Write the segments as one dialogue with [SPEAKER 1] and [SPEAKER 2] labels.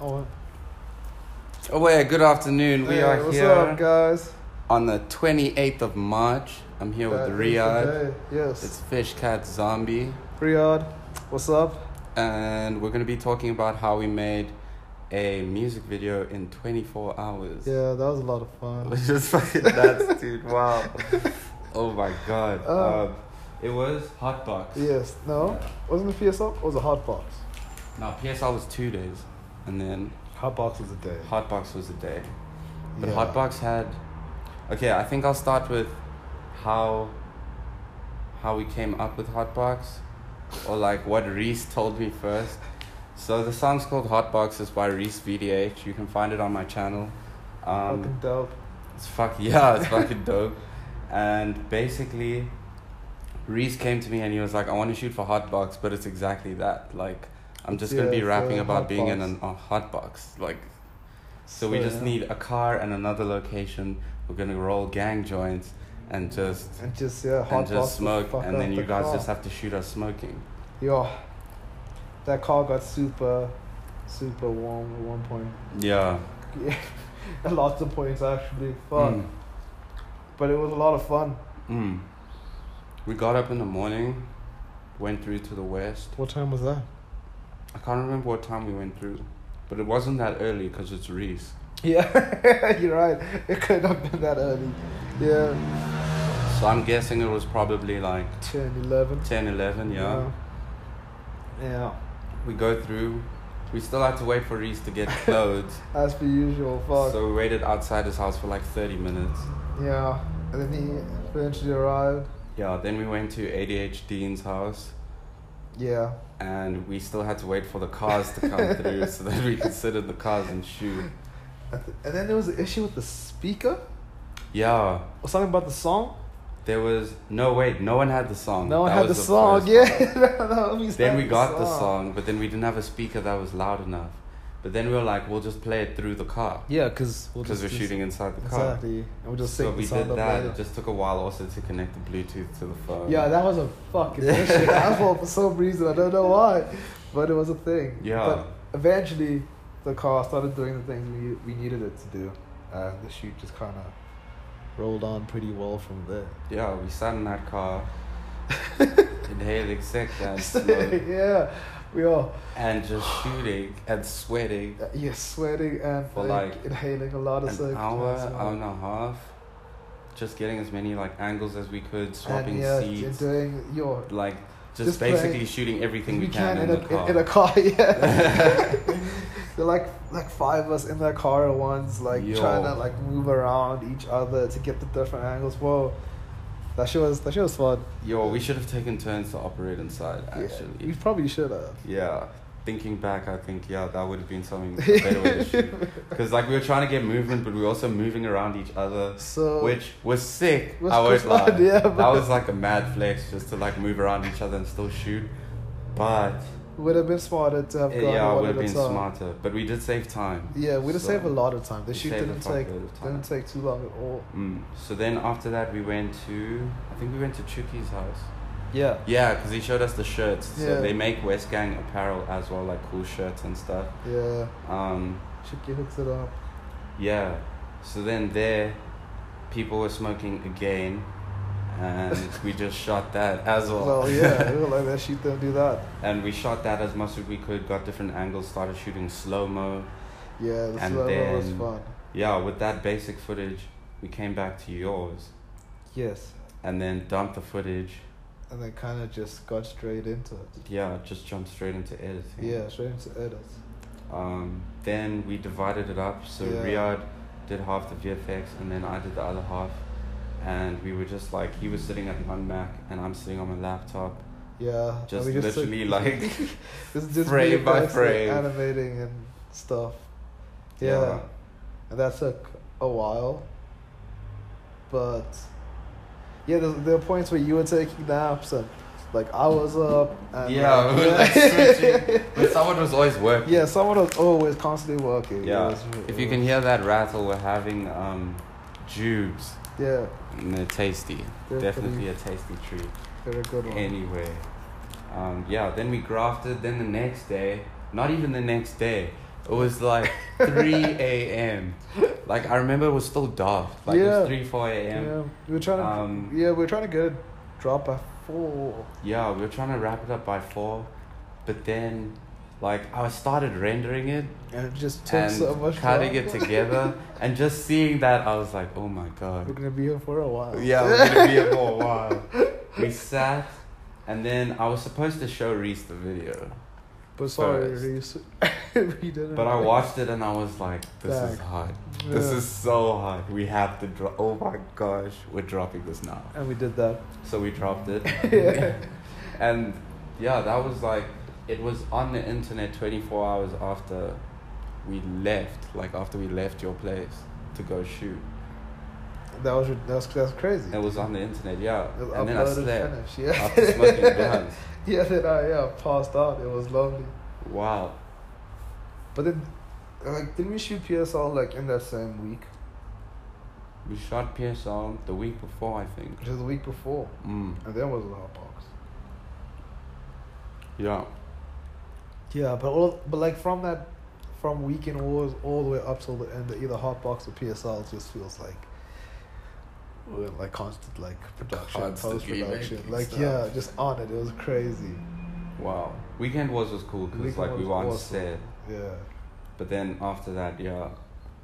[SPEAKER 1] Oh,
[SPEAKER 2] Oh, yeah, good afternoon. We
[SPEAKER 1] hey,
[SPEAKER 2] are
[SPEAKER 1] what's
[SPEAKER 2] here
[SPEAKER 1] up, guys?
[SPEAKER 2] on the 28th of March. I'm here
[SPEAKER 1] That
[SPEAKER 2] with
[SPEAKER 1] is
[SPEAKER 2] Riyadh.
[SPEAKER 1] the day. Yes.
[SPEAKER 2] It's Fish Cat Zombie.
[SPEAKER 1] Riyadh, what's up?
[SPEAKER 2] And we're going to be talking about how we made a music video in 24 hours.
[SPEAKER 1] Yeah, that was a lot of fun.
[SPEAKER 2] Which is fucking nuts, dude. Wow. Oh my god.
[SPEAKER 1] Oh.
[SPEAKER 2] Um, it was Hotbox.
[SPEAKER 1] Yes, no? Wasn't it PSL? It was a hot box.
[SPEAKER 2] Now, PSL was two days, and then
[SPEAKER 1] Hot box was a day.
[SPEAKER 2] Hotbox was a day. But
[SPEAKER 1] Yeah.
[SPEAKER 2] Hotbox had. Okay, I think I'll start with how how we came up with Hotbox, or like what Reese told me first. So the song's called Hotbox. It's by Reese VDH. You can find it on my channel. Um,
[SPEAKER 1] Fucking dope.
[SPEAKER 2] it's fuck yeah, it's fucking dope. And basically, Reese came to me and he was like, "I want to shoot for Hotbox, but it's exactly that. Like, I'm just gonna
[SPEAKER 1] Yeah,
[SPEAKER 2] be
[SPEAKER 1] it's
[SPEAKER 2] rapping
[SPEAKER 1] a
[SPEAKER 2] about being in
[SPEAKER 1] hotbox.
[SPEAKER 2] an, a Hotbox. Like, so we
[SPEAKER 1] So,
[SPEAKER 2] just
[SPEAKER 1] yeah.
[SPEAKER 2] need a car and another location. We're gonna roll gang joints and just
[SPEAKER 1] And just, yeah, hot
[SPEAKER 2] and
[SPEAKER 1] box.
[SPEAKER 2] just
[SPEAKER 1] the
[SPEAKER 2] smoke.
[SPEAKER 1] fuck
[SPEAKER 2] And
[SPEAKER 1] out
[SPEAKER 2] then
[SPEAKER 1] the
[SPEAKER 2] you guys
[SPEAKER 1] car.
[SPEAKER 2] just have to shoot us smoking.
[SPEAKER 1] Yo, that car got super, super warm at one point.
[SPEAKER 2] Yeah.
[SPEAKER 1] Yeah, lots of points actually. Fuck.
[SPEAKER 2] Mm.
[SPEAKER 1] But it was a lot of fun.
[SPEAKER 2] Mm. We got up in the morning, went through to the west.
[SPEAKER 1] What time was that?
[SPEAKER 2] I can't remember what time we went through, but it wasn't that early because it's Reese.
[SPEAKER 1] Yeah, you're right. It could not have been that early. Yeah,
[SPEAKER 2] So I'm guessing it was probably like
[SPEAKER 1] 10, 11.
[SPEAKER 2] 10, 11, yeah.
[SPEAKER 1] Yeah.
[SPEAKER 2] We go through. We still had to wait for Reese to get clothes.
[SPEAKER 1] As per usual, fuck.
[SPEAKER 2] so we waited outside his house for like 30 minutes.
[SPEAKER 1] yeah. And then he eventually arrived.
[SPEAKER 2] Yeah, then we went to ADH Dean's house
[SPEAKER 1] Yeah.
[SPEAKER 2] and we still had to wait for the cars to come through so that we could sit in the cars and shoot.
[SPEAKER 1] And th- and then there was an issue with the speaker
[SPEAKER 2] Yeah,
[SPEAKER 1] or something about the song.
[SPEAKER 2] there was. No, wait, no one had the song.
[SPEAKER 1] no one
[SPEAKER 2] Um, That
[SPEAKER 1] had the
[SPEAKER 2] was
[SPEAKER 1] song.
[SPEAKER 2] first
[SPEAKER 1] yeah.
[SPEAKER 2] part.
[SPEAKER 1] That means
[SPEAKER 2] Then
[SPEAKER 1] not
[SPEAKER 2] we got the song, but then we didn't have a speaker that was loud enough. But then we were like, we'll just play it through the car
[SPEAKER 1] Yeah, because we'll
[SPEAKER 2] because
[SPEAKER 1] just
[SPEAKER 2] we're
[SPEAKER 1] do-
[SPEAKER 2] shooting inside the car.
[SPEAKER 1] Exactly. And we'll just
[SPEAKER 2] so
[SPEAKER 1] sync
[SPEAKER 2] we
[SPEAKER 1] the sound
[SPEAKER 2] did
[SPEAKER 1] up
[SPEAKER 2] that.
[SPEAKER 1] later.
[SPEAKER 2] It just took a while also to connect the Bluetooth to the phone.
[SPEAKER 1] Yeah, that was a fucking issue. Apple for some reason I don't know why, but it was a thing.
[SPEAKER 2] Yeah.
[SPEAKER 1] But eventually, the car started doing the things we we needed it to do, and the shoot just kind of rolled on pretty well from there.
[SPEAKER 2] yeah, we sat in that car, inhaling sick and
[SPEAKER 1] So,
[SPEAKER 2] smoke,
[SPEAKER 1] yeah, we are.
[SPEAKER 2] and just shooting and sweating
[SPEAKER 1] Uh, yes, sweating and
[SPEAKER 2] For
[SPEAKER 1] like,
[SPEAKER 2] like
[SPEAKER 1] inhaling a lot of
[SPEAKER 2] an
[SPEAKER 1] sick.
[SPEAKER 2] hour,
[SPEAKER 1] and
[SPEAKER 2] hour and a half, just getting as many like angles as we could, swapping
[SPEAKER 1] and, yeah,
[SPEAKER 2] seats,
[SPEAKER 1] you're doing your.
[SPEAKER 2] like just,
[SPEAKER 1] Just playing-
[SPEAKER 2] basically shooting everything we, can, in,
[SPEAKER 1] in,
[SPEAKER 2] the
[SPEAKER 1] a,
[SPEAKER 2] car.
[SPEAKER 1] in, in a car, yeah. They're like like five of us in that car at once, like
[SPEAKER 2] Yo.
[SPEAKER 1] trying to like move around each other to get the different angles. Whoa, that shit was that shit was fun.
[SPEAKER 2] Yo, we should have taken turns to operate inside,
[SPEAKER 1] Yeah,
[SPEAKER 2] actually.
[SPEAKER 1] we
[SPEAKER 2] Yeah.
[SPEAKER 1] probably should have.
[SPEAKER 2] Thinking back, I think, yeah, that would have been something a better way to shoot. Because, like, we were trying to get movement, but we were also moving around each other,
[SPEAKER 1] So
[SPEAKER 2] which was sick.
[SPEAKER 1] Was
[SPEAKER 2] I was
[SPEAKER 1] fun,
[SPEAKER 2] like,
[SPEAKER 1] yeah,
[SPEAKER 2] that
[SPEAKER 1] but-
[SPEAKER 2] was like a mad flex just to, like, move around each other and still shoot. But,
[SPEAKER 1] would have been smarter to have gone
[SPEAKER 2] yeah,
[SPEAKER 1] one
[SPEAKER 2] would
[SPEAKER 1] at
[SPEAKER 2] have
[SPEAKER 1] a
[SPEAKER 2] been
[SPEAKER 1] time.
[SPEAKER 2] smarter. But we did save time.
[SPEAKER 1] Yeah, we'd have
[SPEAKER 2] So-
[SPEAKER 1] saved a lot of time. The
[SPEAKER 2] we
[SPEAKER 1] shoot
[SPEAKER 2] saved a
[SPEAKER 1] didn't
[SPEAKER 2] fuck
[SPEAKER 1] take
[SPEAKER 2] load of time.
[SPEAKER 1] didn't take too long at all.
[SPEAKER 2] Mm. So then after that, we went to, I think we went to Chuki's house.
[SPEAKER 1] Yeah.
[SPEAKER 2] Yeah, because he showed us the shirts.
[SPEAKER 1] Yeah.
[SPEAKER 2] So they make West Gang apparel as well, like cool shirts and stuff.
[SPEAKER 1] Yeah.
[SPEAKER 2] Um,
[SPEAKER 1] Chicky hooks it up.
[SPEAKER 2] yeah. So then there, people were smoking again, and we just shot that as well.
[SPEAKER 1] Well, yeah, we were like, that shoot them, do that.
[SPEAKER 2] and we shot that as much as we could. Got different angles. Started shooting slow mo.
[SPEAKER 1] Yeah, the
[SPEAKER 2] And
[SPEAKER 1] slow mo was
[SPEAKER 2] then-
[SPEAKER 1] fun.
[SPEAKER 2] Yeah, with that basic footage, we came back to yours,
[SPEAKER 1] Yes.
[SPEAKER 2] and then dumped the footage.
[SPEAKER 1] and then kind of just got straight into it.
[SPEAKER 2] Yeah, just jumped straight into editing.
[SPEAKER 1] Yeah, straight into edits.
[SPEAKER 2] Um, then we divided it up. So
[SPEAKER 1] Yeah.
[SPEAKER 2] Riyadh did half the VFX, and then I did the other half. And we were just like, he was sitting at one Mac, and I'm sitting on my laptop,
[SPEAKER 1] Yeah, and
[SPEAKER 2] just
[SPEAKER 1] we took-
[SPEAKER 2] literally like,
[SPEAKER 1] just, just
[SPEAKER 2] frame
[SPEAKER 1] really
[SPEAKER 2] by
[SPEAKER 1] basically
[SPEAKER 2] frame.
[SPEAKER 1] animating and stuff. Yeah.
[SPEAKER 2] yeah.
[SPEAKER 1] and that took a while, but yeah, there, there were points where you were taking naps and like I was up. And
[SPEAKER 2] Yeah,
[SPEAKER 1] like,
[SPEAKER 2] we were like switching. But someone was always working.
[SPEAKER 1] yeah, someone was always constantly working. It
[SPEAKER 2] Yeah.
[SPEAKER 1] was-
[SPEAKER 2] If you can hear that rattle, we're having um, jubes,
[SPEAKER 1] yeah,
[SPEAKER 2] and they're tasty.
[SPEAKER 1] They're
[SPEAKER 2] Definitely a tasty treat.
[SPEAKER 1] they're a good one.
[SPEAKER 2] Anyway, um, yeah, then we grafted. Then the next day, not even the next day, It was like 3 a.m. Like, I remember it was still dark. Like, it
[SPEAKER 1] Yeah.
[SPEAKER 2] was 3, 4 a.m.
[SPEAKER 1] Yeah, we were trying to.
[SPEAKER 2] Um,
[SPEAKER 1] yeah, we were trying to get it dropped by four.
[SPEAKER 2] Yeah, we were trying to wrap it up by four, but then, like, I started rendering it
[SPEAKER 1] And it just took
[SPEAKER 2] and
[SPEAKER 1] so much
[SPEAKER 2] cutting
[SPEAKER 1] time.
[SPEAKER 2] it together, and just seeing that, I was like, oh my
[SPEAKER 1] We're
[SPEAKER 2] god.
[SPEAKER 1] gonna be here for a while.
[SPEAKER 2] Oh. Yeah, we're gonna be here for a while. We sat, and then I was supposed to show Reese the video,
[SPEAKER 1] But sorry,
[SPEAKER 2] First.
[SPEAKER 1] Reese. we didn't.
[SPEAKER 2] but I watched it and I was like, this is
[SPEAKER 1] Back.
[SPEAKER 2] hard. This
[SPEAKER 1] Yeah.
[SPEAKER 2] is so hard. We have to drop. Oh my gosh, we're dropping this now.
[SPEAKER 1] And we did that.
[SPEAKER 2] So we dropped it.
[SPEAKER 1] Yeah.
[SPEAKER 2] and yeah, that was like it was on the internet 24 hours after we left, like after we left your place to go shoot.
[SPEAKER 1] That was that's that's crazy.
[SPEAKER 2] It was on the internet, yeah.
[SPEAKER 1] It was
[SPEAKER 2] and then I
[SPEAKER 1] uploaded,
[SPEAKER 2] slept
[SPEAKER 1] finished, yeah.
[SPEAKER 2] after smoking guns.
[SPEAKER 1] Yeah, then I yeah passed out. It was lovely.
[SPEAKER 2] Wow.
[SPEAKER 1] But then, like, didn't we shoot PSL like in that same week?
[SPEAKER 2] We shot PSL the week before, I think.
[SPEAKER 1] Which was the week before,
[SPEAKER 2] Mm.
[SPEAKER 1] and then was the hot box.
[SPEAKER 2] Yeah.
[SPEAKER 1] Yeah, but all but like from that, from weekend wars all the way up till the end, either hot box or PSL it just feels like. we're in, Like constant, like production, post
[SPEAKER 2] Constantly
[SPEAKER 1] production,
[SPEAKER 2] making
[SPEAKER 1] like
[SPEAKER 2] stuff.
[SPEAKER 1] yeah, just on it. It was crazy.
[SPEAKER 2] Wow. Weekend Wars was cool because
[SPEAKER 1] Weekend
[SPEAKER 2] like we
[SPEAKER 1] was
[SPEAKER 2] were on
[SPEAKER 1] awesome.
[SPEAKER 2] set.
[SPEAKER 1] Yeah,
[SPEAKER 2] But then after that, yeah,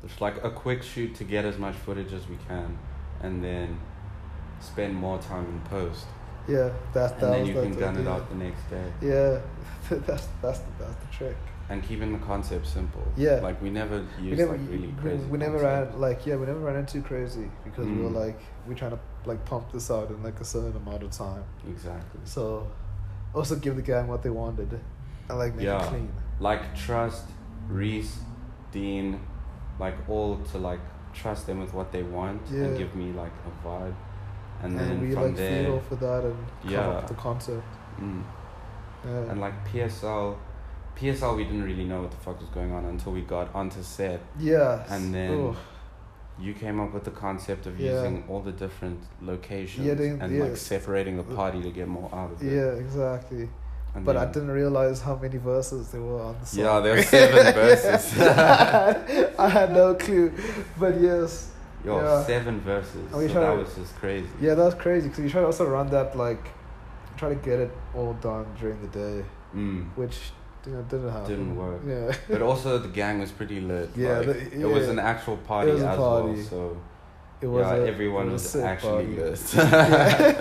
[SPEAKER 2] it's like a quick shoot to get as much footage as we can, and then spend more time in post,
[SPEAKER 1] yeah. That's
[SPEAKER 2] and
[SPEAKER 1] that
[SPEAKER 2] then
[SPEAKER 1] was
[SPEAKER 2] you
[SPEAKER 1] like
[SPEAKER 2] can
[SPEAKER 1] the
[SPEAKER 2] gun it
[SPEAKER 1] idea.
[SPEAKER 2] out the next day,
[SPEAKER 1] Yeah, that's that's the, that's the trick.
[SPEAKER 2] and keeping the concept simple.
[SPEAKER 1] Yeah.
[SPEAKER 2] like we never
[SPEAKER 1] We
[SPEAKER 2] used
[SPEAKER 1] never,
[SPEAKER 2] like really
[SPEAKER 1] we-
[SPEAKER 2] crazy.
[SPEAKER 1] we never
[SPEAKER 2] concepts.
[SPEAKER 1] ran like yeah, we never ran into crazy because we were
[SPEAKER 2] Mm.
[SPEAKER 1] like we're trying to like pump this out in like a certain amount of time.
[SPEAKER 2] exactly.
[SPEAKER 1] So, also give the gang what they wanted, and like make
[SPEAKER 2] Yeah.
[SPEAKER 1] it clean.
[SPEAKER 2] Like trust Reese, Dean, like all to like trust them with what they want
[SPEAKER 1] Yeah.
[SPEAKER 2] and give me like a vibe,
[SPEAKER 1] And,
[SPEAKER 2] and, then
[SPEAKER 1] we
[SPEAKER 2] from
[SPEAKER 1] like
[SPEAKER 2] there,
[SPEAKER 1] feed off of that and come up
[SPEAKER 2] Yeah.
[SPEAKER 1] with the concept.
[SPEAKER 2] Mm.
[SPEAKER 1] Yeah.
[SPEAKER 2] And like PSL, PSL, we didn't really know what the fuck was going on until we got onto set.
[SPEAKER 1] yes.
[SPEAKER 2] and then
[SPEAKER 1] Oof.
[SPEAKER 2] You came up with the concept of
[SPEAKER 1] Yeah.
[SPEAKER 2] using all the different locations
[SPEAKER 1] Yeah, they-
[SPEAKER 2] and
[SPEAKER 1] yeah. Uh,
[SPEAKER 2] like separating the party to get more out of it.
[SPEAKER 1] yeah, exactly.
[SPEAKER 2] And
[SPEAKER 1] But I
[SPEAKER 2] then-
[SPEAKER 1] didn't realize how many verses there were on the song.
[SPEAKER 2] Yeah, there were seven verses.
[SPEAKER 1] I had no clue, but yes,
[SPEAKER 2] Yo,
[SPEAKER 1] yeah.
[SPEAKER 2] seven verses.
[SPEAKER 1] Are we
[SPEAKER 2] so
[SPEAKER 1] trying
[SPEAKER 2] that
[SPEAKER 1] to-
[SPEAKER 2] was just crazy.
[SPEAKER 1] yeah, that was crazy because we tried to also run that like, try to get it all done during the day,
[SPEAKER 2] Mm.
[SPEAKER 1] which you know didn't happen.
[SPEAKER 2] Didn't work.
[SPEAKER 1] Yeah.
[SPEAKER 2] But also the gang was pretty lit.
[SPEAKER 1] Yeah,
[SPEAKER 2] like,
[SPEAKER 1] the-
[SPEAKER 2] it was
[SPEAKER 1] yeah.
[SPEAKER 2] an actual party
[SPEAKER 1] was a
[SPEAKER 2] as
[SPEAKER 1] party.
[SPEAKER 2] well. So
[SPEAKER 1] It was
[SPEAKER 2] yeah,
[SPEAKER 1] a-
[SPEAKER 2] everyone
[SPEAKER 1] it
[SPEAKER 2] was,
[SPEAKER 1] a sick
[SPEAKER 2] actually
[SPEAKER 1] party.
[SPEAKER 2] lit.
[SPEAKER 1] Yeah.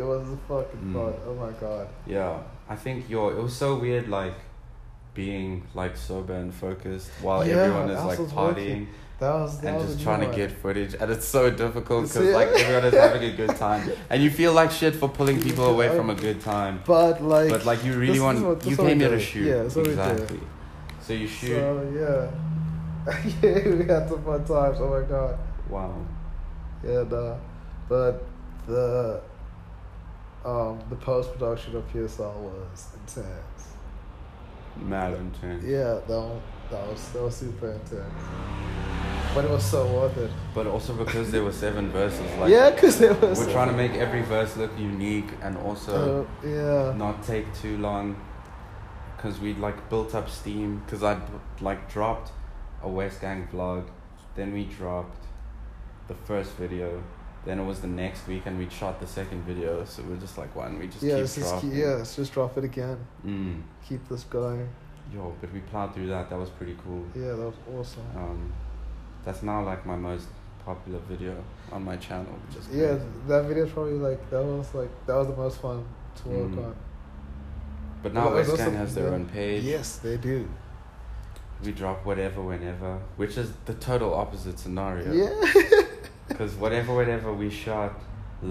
[SPEAKER 1] it was a fucking
[SPEAKER 2] Mm.
[SPEAKER 1] party. Oh my god.
[SPEAKER 2] Yeah, I think your it was so weird like being like sober and focused while
[SPEAKER 1] Yeah,
[SPEAKER 2] everyone is
[SPEAKER 1] I
[SPEAKER 2] like
[SPEAKER 1] was
[SPEAKER 2] partying
[SPEAKER 1] working. That was that
[SPEAKER 2] and
[SPEAKER 1] was a
[SPEAKER 2] just
[SPEAKER 1] new
[SPEAKER 2] trying
[SPEAKER 1] one.
[SPEAKER 2] to get footage and it's so difficult
[SPEAKER 1] It's-
[SPEAKER 2] because like everyone is having a good time and you feel like shit for pulling people away from a good time
[SPEAKER 1] But like,
[SPEAKER 2] but like you
[SPEAKER 1] this
[SPEAKER 2] really
[SPEAKER 1] is
[SPEAKER 2] want
[SPEAKER 1] what-
[SPEAKER 2] you
[SPEAKER 1] this is what we
[SPEAKER 2] came here to
[SPEAKER 1] did.
[SPEAKER 2] shoot
[SPEAKER 1] Yeah, that's what we did.
[SPEAKER 2] exactly so you shoot
[SPEAKER 1] so yeah, yeah, we had some fun times. Oh my god.
[SPEAKER 2] wow
[SPEAKER 1] Yeah, nah. But the um the post production of PSL was intense.
[SPEAKER 2] Mm-hmm. mad intense
[SPEAKER 1] Yeah, that was, that was that was super intense. But it was so worth it.
[SPEAKER 2] but also because there were seven verses like
[SPEAKER 1] yeah, cause there was.
[SPEAKER 2] we're trying to make every verse look unique and also
[SPEAKER 1] Uh, yeah.
[SPEAKER 2] not take too long because we'd like built up steam because i'd like dropped a west gang vlog then we dropped the first video then it was the next week and we shot the second video so we're just like one we just
[SPEAKER 1] yeah,
[SPEAKER 2] keep
[SPEAKER 1] let's just
[SPEAKER 2] dropping
[SPEAKER 1] keep, yeah, let's just drop it again.
[SPEAKER 2] mm.
[SPEAKER 1] Keep this going.
[SPEAKER 2] yo but we plowed through that that was pretty cool
[SPEAKER 1] Yeah, that was awesome.
[SPEAKER 2] um that's now like my most popular video on my channel which is
[SPEAKER 1] Yeah,
[SPEAKER 2] crazy.
[SPEAKER 1] that video probably like that was like that was the most fun to work
[SPEAKER 2] Mhm.
[SPEAKER 1] on.
[SPEAKER 2] but now
[SPEAKER 1] Well,
[SPEAKER 2] west
[SPEAKER 1] that's
[SPEAKER 2] gang
[SPEAKER 1] also-
[SPEAKER 2] has their own page
[SPEAKER 1] Yes, they do.
[SPEAKER 2] we drop whatever whenever which is the total opposite scenario
[SPEAKER 1] Yeah.
[SPEAKER 2] Because whatever, whatever we shot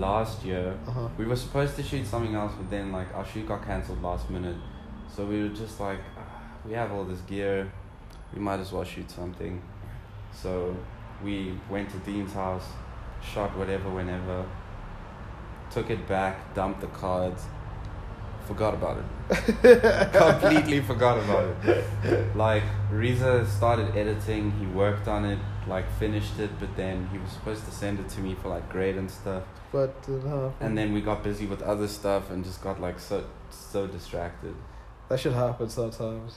[SPEAKER 2] last year,
[SPEAKER 1] uh-huh.
[SPEAKER 2] we were supposed to shoot something else, but then like our shoot got cancelled last minute. So we were just like, "Ah, we have all this gear, we might as well shoot something. So we went to Dean's house, shot whatever, whenever, took it back, dumped the cards, forgot about it. Completely forgot about it. Like Riza started editing, he worked on it, like finished it, but then he was supposed to send it to me for like grade and stuff.
[SPEAKER 1] But uh,
[SPEAKER 2] And then we got busy with other stuff and just got like so so distracted.
[SPEAKER 1] that should happen sometimes.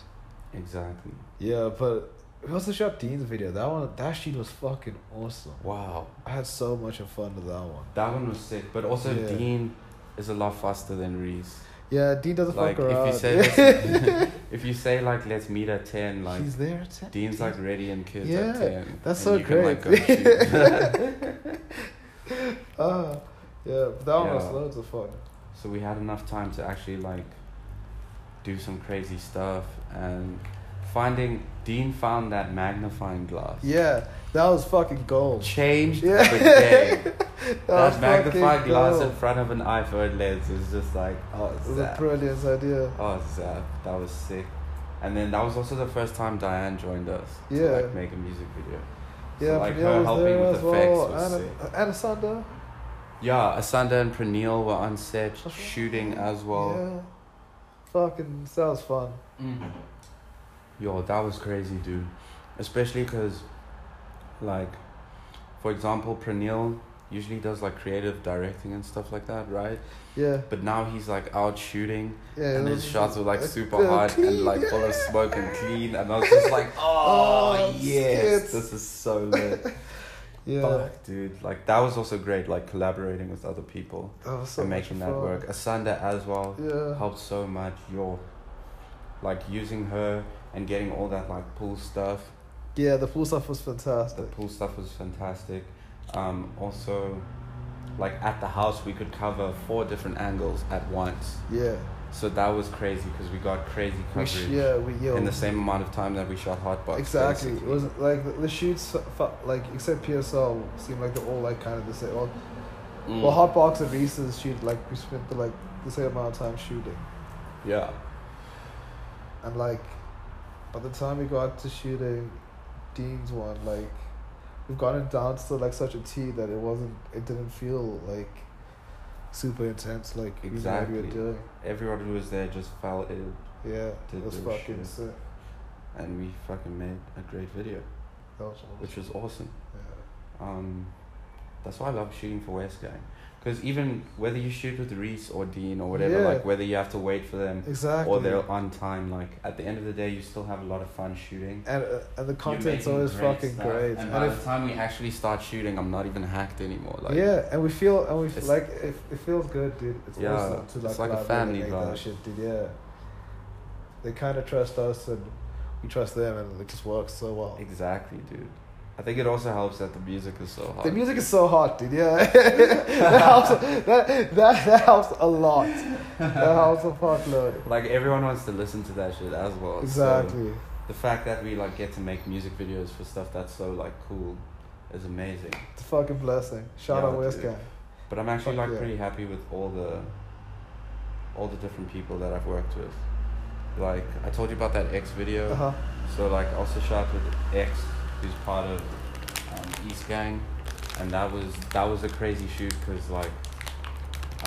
[SPEAKER 2] Exactly.
[SPEAKER 1] Yeah, but we also shot Dean's video. That one, that shit was fucking awesome.
[SPEAKER 2] Wow.
[SPEAKER 1] I had so much of fun with that one.
[SPEAKER 2] That one was sick, but also
[SPEAKER 1] Yeah.
[SPEAKER 2] Dean is a lot faster than Reese.
[SPEAKER 1] Yeah, Dean doesn't
[SPEAKER 2] Like
[SPEAKER 1] fuck around.
[SPEAKER 2] if you say let's- if you say like let's meet at ten, like
[SPEAKER 1] He's there. At 10.
[SPEAKER 2] Dean's like ready and kids
[SPEAKER 1] Yeah,
[SPEAKER 2] at ten.
[SPEAKER 1] that's
[SPEAKER 2] and
[SPEAKER 1] so
[SPEAKER 2] you can,
[SPEAKER 1] great.
[SPEAKER 2] Like, go shoot.
[SPEAKER 1] Ah, yeah, but that one was
[SPEAKER 2] Yeah.
[SPEAKER 1] loads of fun.
[SPEAKER 2] so we had enough time to actually like do some crazy stuff and finding Dean found that magnifying glass.
[SPEAKER 1] Yeah, that was fucking gold.
[SPEAKER 2] Changed
[SPEAKER 1] Yeah.
[SPEAKER 2] the day.
[SPEAKER 1] That,
[SPEAKER 2] That
[SPEAKER 1] Ah, fucking
[SPEAKER 2] magnified glass
[SPEAKER 1] gold.
[SPEAKER 2] in front of an iPhone lens is just like, oh,
[SPEAKER 1] It
[SPEAKER 2] it's
[SPEAKER 1] was a
[SPEAKER 2] that.
[SPEAKER 1] brilliant idea.
[SPEAKER 2] Oh, Zap, that was sick. And then that was also the first time Diane joined us
[SPEAKER 1] Yeah.
[SPEAKER 2] to like make a music video. So,
[SPEAKER 1] Yeah,
[SPEAKER 2] like,
[SPEAKER 1] Prunella
[SPEAKER 2] her
[SPEAKER 1] was
[SPEAKER 2] helping
[SPEAKER 1] there
[SPEAKER 2] with
[SPEAKER 1] as
[SPEAKER 2] effects
[SPEAKER 1] well.
[SPEAKER 2] was
[SPEAKER 1] Anna, uh, Anna Sanda.
[SPEAKER 2] Yeah, Asanda and Praneel were on set shooting as well.
[SPEAKER 1] Yeah. Fucking sounds fun.
[SPEAKER 2] Mm-hmm. Yo, that was crazy, dude. Especially because, like, for example, Praneel usually does like creative directing and stuff like that, right?
[SPEAKER 1] Yeah.
[SPEAKER 2] But now he's like out shooting
[SPEAKER 1] Yeah.
[SPEAKER 2] and
[SPEAKER 1] it
[SPEAKER 2] his
[SPEAKER 1] was-
[SPEAKER 2] shots were like
[SPEAKER 1] uh,
[SPEAKER 2] super
[SPEAKER 1] uh,
[SPEAKER 2] hot and
[SPEAKER 1] clean,
[SPEAKER 2] like full of
[SPEAKER 1] yeah.
[SPEAKER 2] smoke and clean. And I was just like, oh,
[SPEAKER 1] Oh,
[SPEAKER 2] yes,
[SPEAKER 1] skits.
[SPEAKER 2] this is so lit.
[SPEAKER 1] Yeah.
[SPEAKER 2] Fuck, dude. Like that was also great. Like collaborating with other people
[SPEAKER 1] That was so
[SPEAKER 2] and
[SPEAKER 1] much
[SPEAKER 2] making that
[SPEAKER 1] fun.
[SPEAKER 2] work. Asanda as well
[SPEAKER 1] Yeah.
[SPEAKER 2] helped so much. Your like using her and getting all that like pool stuff.
[SPEAKER 1] Yeah, the pool stuff was
[SPEAKER 2] The
[SPEAKER 1] fantastic.
[SPEAKER 2] pool stuff was fantastic. Um, also, like at the house, we could cover four different angles at once.
[SPEAKER 1] Yeah.
[SPEAKER 2] So that was crazy because we got crazy
[SPEAKER 1] We
[SPEAKER 2] coverage
[SPEAKER 1] sh- yeah, we yo.
[SPEAKER 2] in the same amount of time that we shot Hotbox.
[SPEAKER 1] Exactly. It
[SPEAKER 2] basically.
[SPEAKER 1] was like the, the shoots, fu- like except PSL, seemed like they're all like kind of the same. Well,
[SPEAKER 2] Mm.
[SPEAKER 1] well Hotbox and Reese's shoot like we spent the, like the same amount of time shooting,
[SPEAKER 2] yeah.
[SPEAKER 1] and like by the time we got to shooting Dean's one, like we've gotten down to like such a T that it wasn't, it didn't feel like super intense. Like we knew what we were
[SPEAKER 2] Exactly.
[SPEAKER 1] doing.
[SPEAKER 2] Everyone who was there just fell ill.
[SPEAKER 1] Yeah,
[SPEAKER 2] Did
[SPEAKER 1] it was
[SPEAKER 2] their
[SPEAKER 1] fucking
[SPEAKER 2] shit.
[SPEAKER 1] sick.
[SPEAKER 2] and we fucking made a great video,
[SPEAKER 1] That was awesome.
[SPEAKER 2] which was awesome.
[SPEAKER 1] Yeah.
[SPEAKER 2] Um, that's why I love shooting for West Gang, because even whether you shoot with Reese or Dean or whatever,
[SPEAKER 1] Yeah.
[SPEAKER 2] like whether you have to wait for them
[SPEAKER 1] Exactly.
[SPEAKER 2] or they're on time, like at the end of the day, you still have a lot of fun shooting.
[SPEAKER 1] and, uh, and the
[SPEAKER 2] You're
[SPEAKER 1] content's
[SPEAKER 2] making
[SPEAKER 1] always fucking
[SPEAKER 2] stuff,
[SPEAKER 1] great.
[SPEAKER 2] And
[SPEAKER 1] And
[SPEAKER 2] by
[SPEAKER 1] if-
[SPEAKER 2] the time we actually start shooting, I'm not even hacked anymore. Like
[SPEAKER 1] yeah, and we feel and we f-
[SPEAKER 2] It's-
[SPEAKER 1] like it, it feels good, dude. It's
[SPEAKER 2] Yeah,
[SPEAKER 1] awesome to
[SPEAKER 2] it's
[SPEAKER 1] like,
[SPEAKER 2] like a
[SPEAKER 1] collaborate and
[SPEAKER 2] family
[SPEAKER 1] make
[SPEAKER 2] vibe.
[SPEAKER 1] that shit, dude. Yeah, they kind of trust us and we trust them, and it just works so well.
[SPEAKER 2] exactly, dude. I think it also helps that the music is so hot.
[SPEAKER 1] The music is so hot, dude. Yeah, that helps. That, that that helps a lot. That helps a fuckload.
[SPEAKER 2] like everyone wants to listen to that shit as well. so-
[SPEAKER 1] Exactly.
[SPEAKER 2] the fact that we like get to make music videos for stuff that's so like cool is amazing.
[SPEAKER 1] It's a fucking blessing. Shout
[SPEAKER 2] Yeah,
[SPEAKER 1] out West
[SPEAKER 2] dude.
[SPEAKER 1] Gang.
[SPEAKER 2] But I'm actually
[SPEAKER 1] Fuck
[SPEAKER 2] like
[SPEAKER 1] yeah.
[SPEAKER 2] pretty happy with all the all the different people that I've worked with. Like I told you about that X video.
[SPEAKER 1] Uh huh.
[SPEAKER 2] So like I also shot with X, who's part of um, East Gang, and that was that was a crazy shoot because like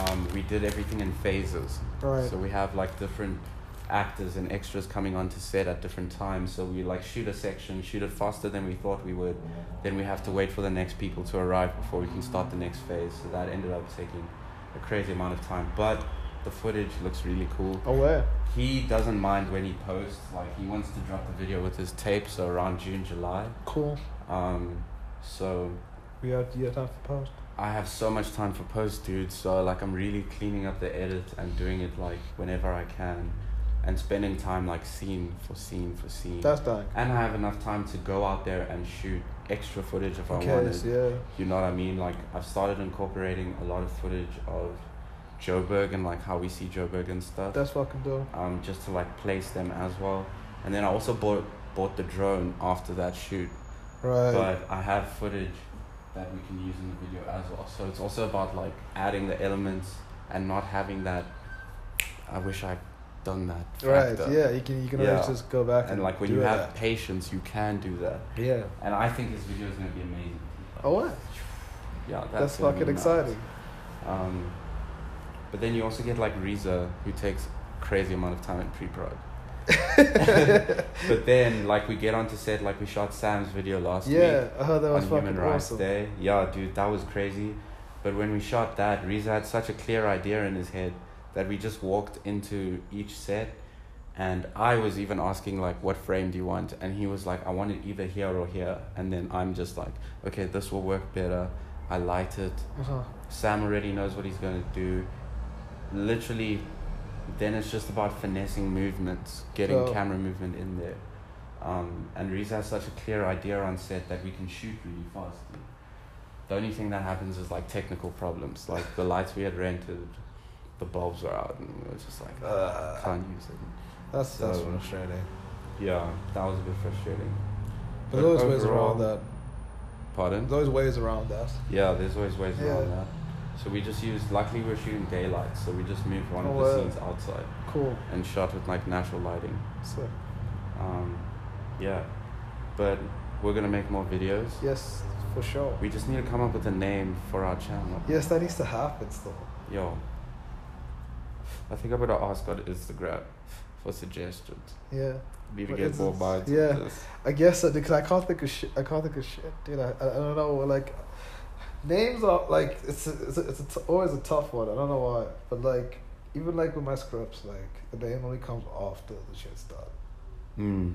[SPEAKER 2] um, we did everything in phases.
[SPEAKER 1] Right.
[SPEAKER 2] So we have like different actors and extras coming onto set at different times. So we like shoot a section, shoot it faster than we thought we would. Then we have to wait for the next people to arrive before we can start the next phase. So that ended up taking a crazy amount of time, but the footage looks really cool.
[SPEAKER 1] Aware.
[SPEAKER 2] He doesn't mind when he posts. Like he wants to drop the video with his tape, so around June, July.
[SPEAKER 1] Cool.
[SPEAKER 2] Um, so
[SPEAKER 1] We are yeah time for post.
[SPEAKER 2] I have so much time for post, dude. So like I'm really cleaning up the edit and doing it like whenever I can, and spending time like scene for scene for scene.
[SPEAKER 1] That's done.
[SPEAKER 2] and I have enough time to go out there and shoot extra footage if I
[SPEAKER 1] Okay.
[SPEAKER 2] wanted.
[SPEAKER 1] Yeah.
[SPEAKER 2] You know what I mean? Like I've started incorporating a lot of footage of Joe Berg and like how we see Joe Berg and stuff
[SPEAKER 1] That's fucking dope.
[SPEAKER 2] um, just to like place them as well. And then I also bought bought the drone after that shoot,
[SPEAKER 1] Right.
[SPEAKER 2] but I have footage that we can use in the video as well. So it's also about like adding the elements and not having that. I wish I'd done that.
[SPEAKER 1] Right.
[SPEAKER 2] factor."
[SPEAKER 1] Yeah. You can you can always
[SPEAKER 2] Yeah.
[SPEAKER 1] just go back and,
[SPEAKER 2] And like when
[SPEAKER 1] do
[SPEAKER 2] you
[SPEAKER 1] it
[SPEAKER 2] have patience, you can do that.
[SPEAKER 1] that. yeah.
[SPEAKER 2] And I think this video is gonna be amazing.
[SPEAKER 1] Oh what?
[SPEAKER 2] Yeah,
[SPEAKER 1] That's,
[SPEAKER 2] gonna be
[SPEAKER 1] fucking
[SPEAKER 2] nuts.
[SPEAKER 1] exciting.
[SPEAKER 2] Um, but then you also get like Reza, who takes crazy amount of time in pre-prod. but then, like, we get onto set, like, we shot Sam's video last
[SPEAKER 1] Yeah,
[SPEAKER 2] week
[SPEAKER 1] I heard that
[SPEAKER 2] on
[SPEAKER 1] was
[SPEAKER 2] Human
[SPEAKER 1] fucking
[SPEAKER 2] Rights
[SPEAKER 1] awesome.
[SPEAKER 2] Day. Yeah, dude, that was crazy. But when we shot that, Reza had such a clear idea in his head that we just walked into each set and I was even asking like what frame do you want and he was like I want it either here or here and then I'm just like okay this will work better I light it
[SPEAKER 1] Uh-huh.
[SPEAKER 2] Sam already knows what he's going to do literally then it's just about finessing movements getting
[SPEAKER 1] So-
[SPEAKER 2] camera movement in there um, and Reese has such a clear idea on set that we can shoot really fast the only thing that happens is like technical problems like the lights we had rented the bulbs were out and we were just like "Ah,
[SPEAKER 1] Uh,
[SPEAKER 2] can't use it
[SPEAKER 1] That's that's
[SPEAKER 2] So-
[SPEAKER 1] frustrating.
[SPEAKER 2] yeah, that was a bit frustrating.
[SPEAKER 1] But there's always ways
[SPEAKER 2] overall-
[SPEAKER 1] around that.
[SPEAKER 2] Pardon?
[SPEAKER 1] There's always ways around that.
[SPEAKER 2] Yeah, there's always ways around
[SPEAKER 1] Yeah.
[SPEAKER 2] that. So we just used, luckily we we're shooting daylight, so we just moved one of
[SPEAKER 1] Oh,
[SPEAKER 2] the
[SPEAKER 1] wow.
[SPEAKER 2] scenes outside
[SPEAKER 1] Cool.
[SPEAKER 2] and shot with like natural lighting.
[SPEAKER 1] So
[SPEAKER 2] Um, yeah, but we're gonna make more videos.
[SPEAKER 1] yes, for sure.
[SPEAKER 2] We just need to come up with a name for our channel.
[SPEAKER 1] Yes, that needs to happen still.
[SPEAKER 2] Yo, I think I better ask on Instagram for suggestions.
[SPEAKER 1] Yeah.
[SPEAKER 2] Need to
[SPEAKER 1] What
[SPEAKER 2] get
[SPEAKER 1] is
[SPEAKER 2] more
[SPEAKER 1] it?
[SPEAKER 2] bites.
[SPEAKER 1] Yeah.
[SPEAKER 2] Of this.
[SPEAKER 1] I guess so, because I can't think of shit. I can't think of shit, dude. I, I I don't know. Like, names are like it's a, it's a, it's a t- always a tough one. I don't know why, but like even like with my scripts, like the name only comes after the shit's done,
[SPEAKER 2] Hmm.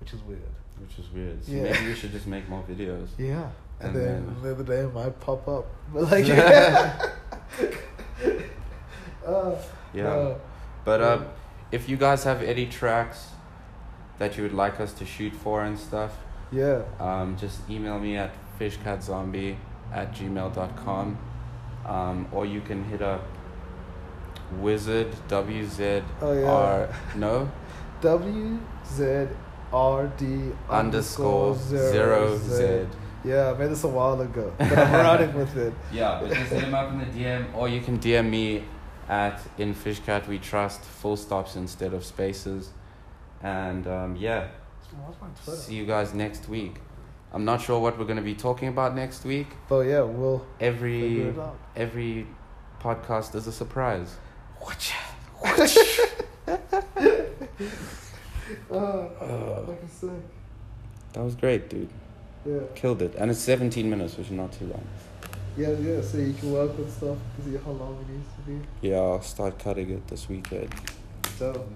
[SPEAKER 1] which is weird.
[SPEAKER 2] Which is weird. So
[SPEAKER 1] Yeah.
[SPEAKER 2] maybe we should just make more videos.
[SPEAKER 1] Yeah. And,
[SPEAKER 2] And
[SPEAKER 1] then,
[SPEAKER 2] then-
[SPEAKER 1] the other name might pop up, but like. uh,
[SPEAKER 2] Yeah.
[SPEAKER 1] no.
[SPEAKER 2] But
[SPEAKER 1] Uh, Yeah.
[SPEAKER 2] um, if you guys have any tracks that you would like us to shoot for and stuff,
[SPEAKER 1] Yeah.
[SPEAKER 2] um, just email me at fishcatzombie at gmail.com um, or you can hit up wizard wz
[SPEAKER 1] Oh, yeah.
[SPEAKER 2] no
[SPEAKER 1] W Z R D
[SPEAKER 2] underscore zero z
[SPEAKER 1] Yeah, I made this a while ago, but I'm running with it.
[SPEAKER 2] yeah but just hit him up in the dm or you can dm me at in fishcat we trust full stops instead of spaces and um, yeah
[SPEAKER 1] What's my Twitter?
[SPEAKER 2] See you guys next week. I'm not sure what we're going to be talking about next week.
[SPEAKER 1] But yeah, we'll figure
[SPEAKER 2] Every
[SPEAKER 1] it out.
[SPEAKER 2] every podcast is a surprise.
[SPEAKER 1] Uh, like I said,
[SPEAKER 2] That was great, dude.
[SPEAKER 1] yeah,
[SPEAKER 2] Killed it. And it's 17 minutes, which is not too long.
[SPEAKER 1] yeah, yeah. So you can work with stuff to see how long it needs to be.
[SPEAKER 2] Yeah, I'll start cutting it this weekend.
[SPEAKER 1] So.